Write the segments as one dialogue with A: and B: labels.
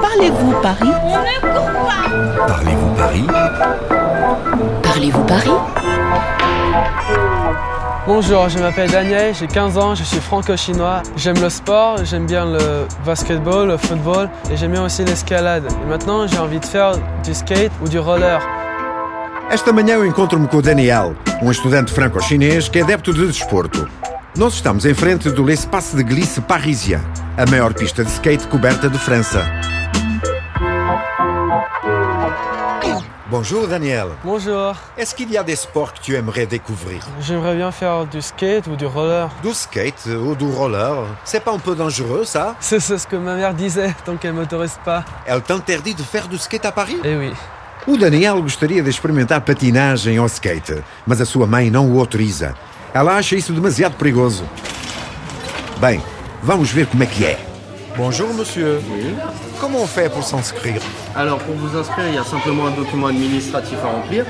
A: Parlez-vous Paris
B: On ne court pas
C: Parlez-vous Paris
A: Parlez-vous Paris
D: Bonjour, je m'appelle Daniel, j'ai 15 ans, je suis franco-chinois. J'aime le sport, j'aime bien le basketball, le football et j'aime bien aussi l'escalade. Et maintenant, j'ai envie de faire du skate ou du roller.
C: Esta manhã eu encontro-me com o Daniel, um estudante franco-chinês que é adepto de desporto. Nós estamos em frente do L'Espace de Glisse Parisien, a maior pista de skate coberta de França. Bonjour Daniel.
D: Bonjour,
C: Est-ce qu'il y a des sports que tu aimerais découvrir
D: j'aimerais bien faire du skate ou du roller.
C: Du skate ou du roller C'est pas un peu dangereux ça
D: C'est c'est ce que ma mère disait, tant qu'elle m'autorise pas.
C: Elle t'interdit de faire du skate à Paris
D: Eh oui.
C: O Daniel gostaria de experimentar patinagem ou skate, mas a sua mãe não o autoriza. Ela acha isso demasiado perigoso. Bem, vamos ver como é que é. Bonjour, monsieur. Comment on fait pour s'inscrire
E: Alors pour vous inscrire, il y a simplement un document administratif à remplir.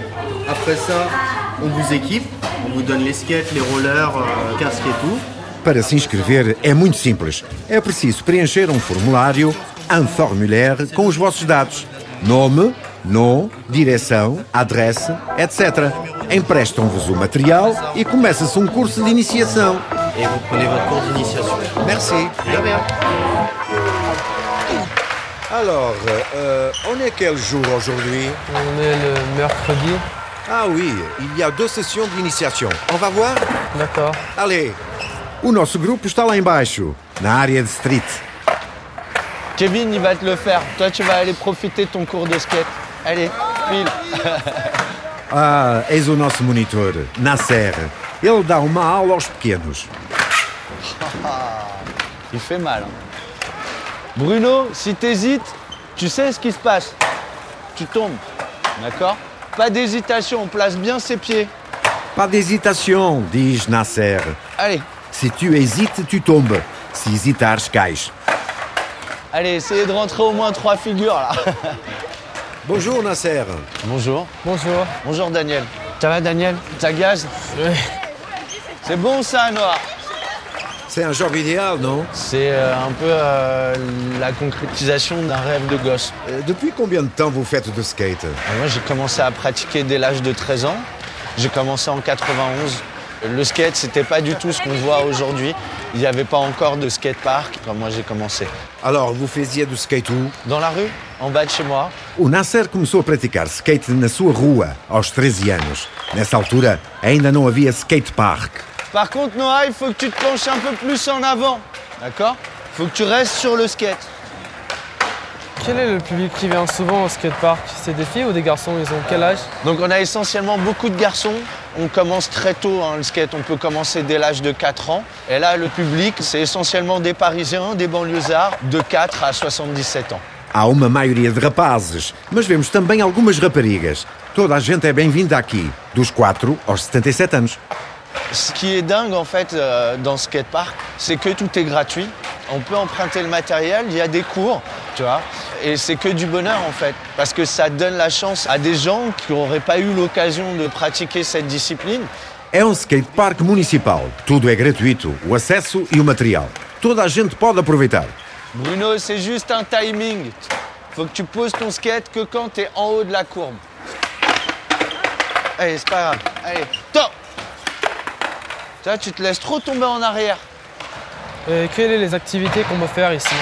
E: Après ça, on vous équipe, on vous donne les skates, les rollers, euh, casques et tout.
C: Para se inscrever é muito simples. É preciso preencher um formulário, um formulaire, com os vossos dados: nome, nom, direção, adresse, etc. Emprestam-vos o material e começa-se um curso de iniciação.
E: Et vous prenez votre cours d'initiation.
C: Merci.
E: De rien.
C: Alors, euh, on est quel jour aujourd'hui
D: On est le mercredi.
C: Ah oui, il y a deux sessions d'initiation. On va voir
D: D'accord.
C: Allez O nosso grupo está lá embaixo, na área de street.
F: Kevin, il va te le faire. Toi, tu vas aller profiter de ton cours de skate. Allez, file.
C: Ah, eis o nosso monitor, Nasser. Ele dá uma aula aos pequenos.
F: Il fait mal. hein. Bruno, si t'hésites, tu sais ce qui se passe. Tu tombes. D'accord Pas d'hésitation, on place bien ses pieds.
C: Pas d'hésitação, diz Nasser.
F: Allez,
C: Se tu hésites, tu tombes. Se hesitares, cais.
F: allez, essayez de rentrer au moins trois figures là.
C: Bonjour, Nasser.
F: Bonjour.
D: Bonjour.
F: Bonjour Daniel. Ça va Daniel Ça gaz C'est bon ça, Noir
C: C'est un job idéal, non
F: C'est euh, un peu euh, la concrétisation d'un rêve de gosse.
C: Euh, Depuis combien de temps vous faites de skate
F: Alors Ah, Moi, j'ai commencé à pratiquer dès l'âge de 13 ans. J'ai commencé en 91. Le skate, c'était pas du tout ce qu'on voit aujourd'hui. Il n'y avait pas encore de skatepark quand moi j'ai commencé.
C: Alors, vous faisiez du skate où
F: Dans la rue, en bas de chez moi,
C: O Nasser começou a praticar skate na sua rua, aos 13 anos. Nessa altura, ainda não havia skate park.
F: Par contre, Noah, il faut que tu te penches un peu plus en avant. D'accord Faut que tu restes sur le skate.
D: Quel est le public qui vient souvent au skatepark C'est des filles ou des garçons Ils ont quel âge
F: Donc, on a essentiellement beaucoup de garçons. On commence très tôt hein, le skate. On peut commencer dès l'âge de 4 ans. Et là, le public, c'est essentiellement des Parisiens, des banlieusards, de 4 à 77 ans.
C: Há uma maioria de rapazes, mas vemos também algumas raparigas. Toda a gente é bem-vinda aqui, dos 4 aos 77 anos.
F: Ce qui est dingue en fait euh, dans ce skatepark, c'est que tout est gratuit. On peut emprunter le matériel, il y a des cours, tu vois. Et c'est que du bonheur en fait, parce que ça donne la chance à des gens qui n'auraient pas eu l'occasion de pratiquer cette discipline.
C: É um skate park municipal. Tudo é gratuito, o acesso e o material. Toda a gente pode aproveitar.
F: Bruno, c'est juste un timing. Faut que tu poses ton skate que quand t'es en haut de la courbe. Allez, c'est pas grave. Allez, top Tu vois, tu te laisses trop tomber en arrière.
D: Et quelles sont les activités qu'on peut faire ici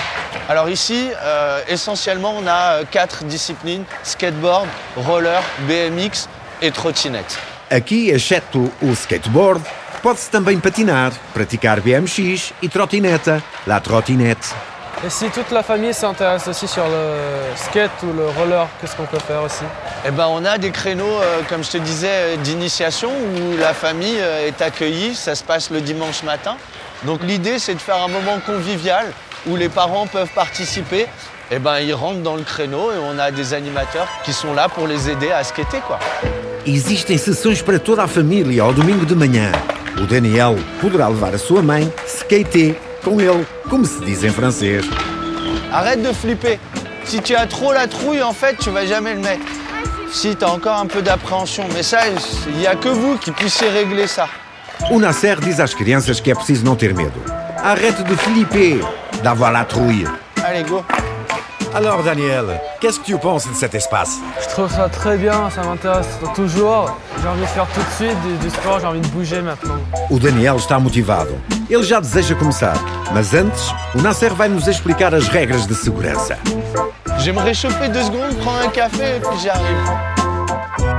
F: Alors ici, euh, essentiellement, on a euh, quatre disciplines, skateboard, roller, BMX et trottinette.
C: Aqui, exceto o skateboard, pode-se também patinar, praticar BMX e trotineta. La trotinete.
D: Et si toute la famille s'intéresse aussi sur le skate ou le roller, qu'est-ce qu'on peut faire aussi
F: Eh ben, on a des créneaux, euh, comme je te disais, euh, d'initiation où la famille euh, est accueillie. Ça se passe le dimanche matin. Donc l'idée, c'est de faire un moment convivial où les parents peuvent participer. Eh ben, ils rentrent dans le créneau et on a des animateurs qui sont là pour les aider à skater, quoi.
C: Existem sessões para toda a família ao domingo de manhã. O Daniel poderá levar a sua mãe skater com ele, como se diz em francês.
F: Arrête de flipper. Si tu as trop la trouille, en fait, tu vas jamais le mettre. Si tu as encore un peu d'appréhension, mais ça, il n'y a que vous qui puissiez régler ça.
C: O Nasser diz às crianças que é preciso não ter medo. Arrête de flipper, d'avoir la trouille.
F: Allez, go
B: Alors, Daniel, qu'est-ce que tu penses de cet espace
D: Je trouve ça très bien, ça m'intéresse toujours. J'ai envie de faire tout de suite du, du sport, j'ai envie de bouger maintenant.
C: O Daniel está motivado. Ele já deseja começar. Mas antes, o Nasser vai nos explicar as regras de segurança.
F: Je vais me réchauffer deux secondes, prendre un café et puis j'arrive.